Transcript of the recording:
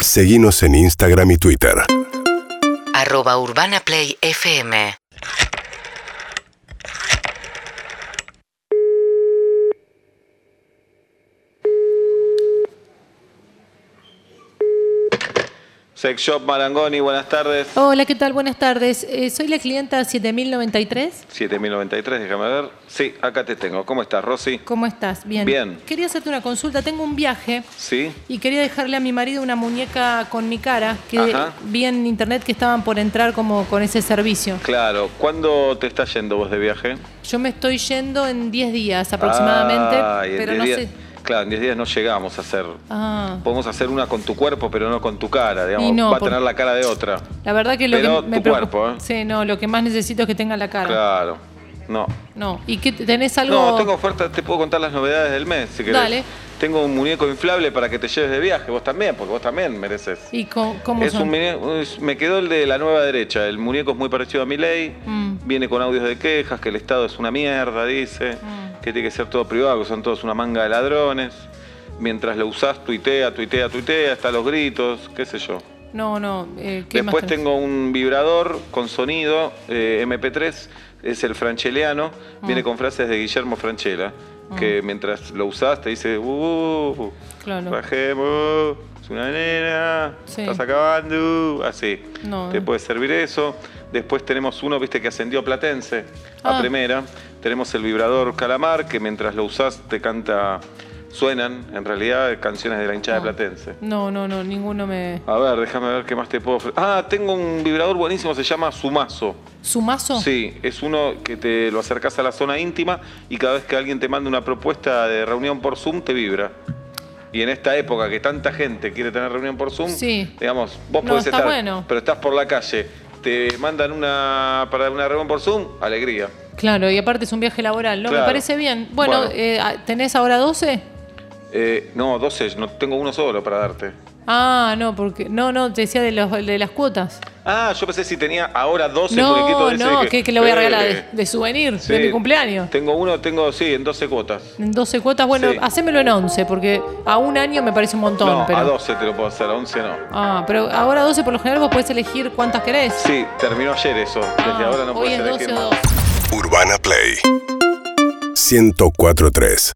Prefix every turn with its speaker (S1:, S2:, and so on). S1: Seguimos en Instagram y Twitter.
S2: arroba urbanaplayfm.
S3: Sex Shop Marangoni, buenas tardes.
S4: Hola, ¿qué tal? Buenas tardes. Eh, soy la clienta 7093.
S3: 7093, déjame ver. Sí, acá te tengo. ¿Cómo estás, Rosy?
S4: ¿Cómo estás? Bien.
S3: Bien.
S4: Quería hacerte una consulta. Tengo un viaje
S3: Sí.
S4: y quería dejarle a mi marido una muñeca con mi cara que
S3: Ajá.
S4: vi en internet que estaban por entrar como con ese servicio.
S3: Claro. ¿Cuándo te estás yendo vos de viaje?
S4: Yo me estoy yendo en 10 días aproximadamente,
S3: Ay, Ah, en
S4: pero
S3: 10
S4: no
S3: días-
S4: sé.
S3: Claro, en 10 días no llegamos a hacer.
S4: Ah.
S3: Podemos hacer una con tu cuerpo, pero no con tu cara, digamos.
S4: Y no,
S3: Va a
S4: por-
S3: tener la cara de otra.
S4: La verdad que lo
S3: Pero
S4: que me
S3: tu
S4: preocupa-
S3: cuerpo, ¿eh?
S4: Sí, no, lo que más necesito es que tenga la cara.
S3: Claro. No.
S4: No, ¿y qué tenés algo?
S3: No, tengo oferta, te puedo contar las novedades del mes, si querés.
S4: Dale.
S3: Tengo un muñeco inflable para que te lleves de viaje, vos también, porque vos también mereces.
S4: ¿Y co- cómo
S3: Es
S4: son?
S3: un muñeco- es- me quedó el de la nueva derecha. El muñeco es muy parecido a mi ley.
S4: Mm.
S3: Viene con audios de quejas, que el Estado es una mierda, dice.
S4: Mm.
S3: Que tiene que ser todo privado, que son todos una manga de ladrones. Mientras lo usás, tuitea, tuitea, tuitea, hasta los gritos, qué sé yo.
S4: No, no, eh, ¿qué más
S3: Después
S4: tenés?
S3: tengo un vibrador con sonido eh, MP3, es el francheliano,
S4: Mm.
S3: viene con frases de Guillermo Franchella, que mientras lo usás te dice, uh,
S4: Claro.
S3: bajemos, es una nena,
S4: Sí.
S3: estás acabando, así.
S4: No,
S3: te
S4: no.
S3: puede servir eso. Después tenemos uno, viste, que ascendió a Platense, a
S4: Ah.
S3: primera. Tenemos el vibrador Calamar, que mientras lo usás te canta, suenan en realidad canciones de la hinchada
S4: Ah.
S3: de Platense.
S4: No, no, no, ninguno me.
S3: A ver, déjame ver qué más te puedo ofrecer. Ah, tengo un vibrador buenísimo, se llama Sumazo.
S4: ¿Sumazo?
S3: Sí, es uno que te lo acercás a la zona íntima y cada vez que alguien te manda una propuesta de reunión por Zoom, te vibra. Y en esta época que tanta gente quiere tener reunión por Zoom,
S4: Sí.
S3: digamos, vos
S4: No,
S3: podés
S4: está
S3: estar,
S4: bueno.
S3: pero estás por la calle, te mandan una para una reunión por Zoom, alegría.
S4: Claro, y aparte es un viaje laboral, ¿no?
S3: Claro.
S4: Me parece bien. Bueno,
S3: Bueno.
S4: eh, ah, ¿tenés ahora 12?
S3: Eh, no, 12, no tengo uno solo para darte.
S4: Ah, no, porque. No, no, te decía de, los, de las cuotas.
S3: Ah, yo pensé si tenía ahora 12 muñequitos
S4: No,
S3: de ese,
S4: no,
S3: dije,
S4: que, que le voy a regalar
S3: eh.
S4: de, de souvenir
S3: Sí.
S4: de mi cumpleaños.
S3: Tengo uno, tengo, sí, en 12 cuotas.
S4: En 12 cuotas, bueno,
S3: Sí.
S4: hacémelo en 11, porque a un año me parece un montón.
S3: no,
S4: pero...
S3: a 12 te lo puedo hacer, a 11 no.
S4: Ah, pero ahora 12 por lo general vos podés elegir cuántas querés.
S3: Sí, terminó ayer eso. Desde
S4: Ah,
S3: ahora no
S4: Hoy
S3: puedes
S4: es
S3: elegir
S4: 12 o
S3: más.
S4: 12.
S1: Urbana Play 1043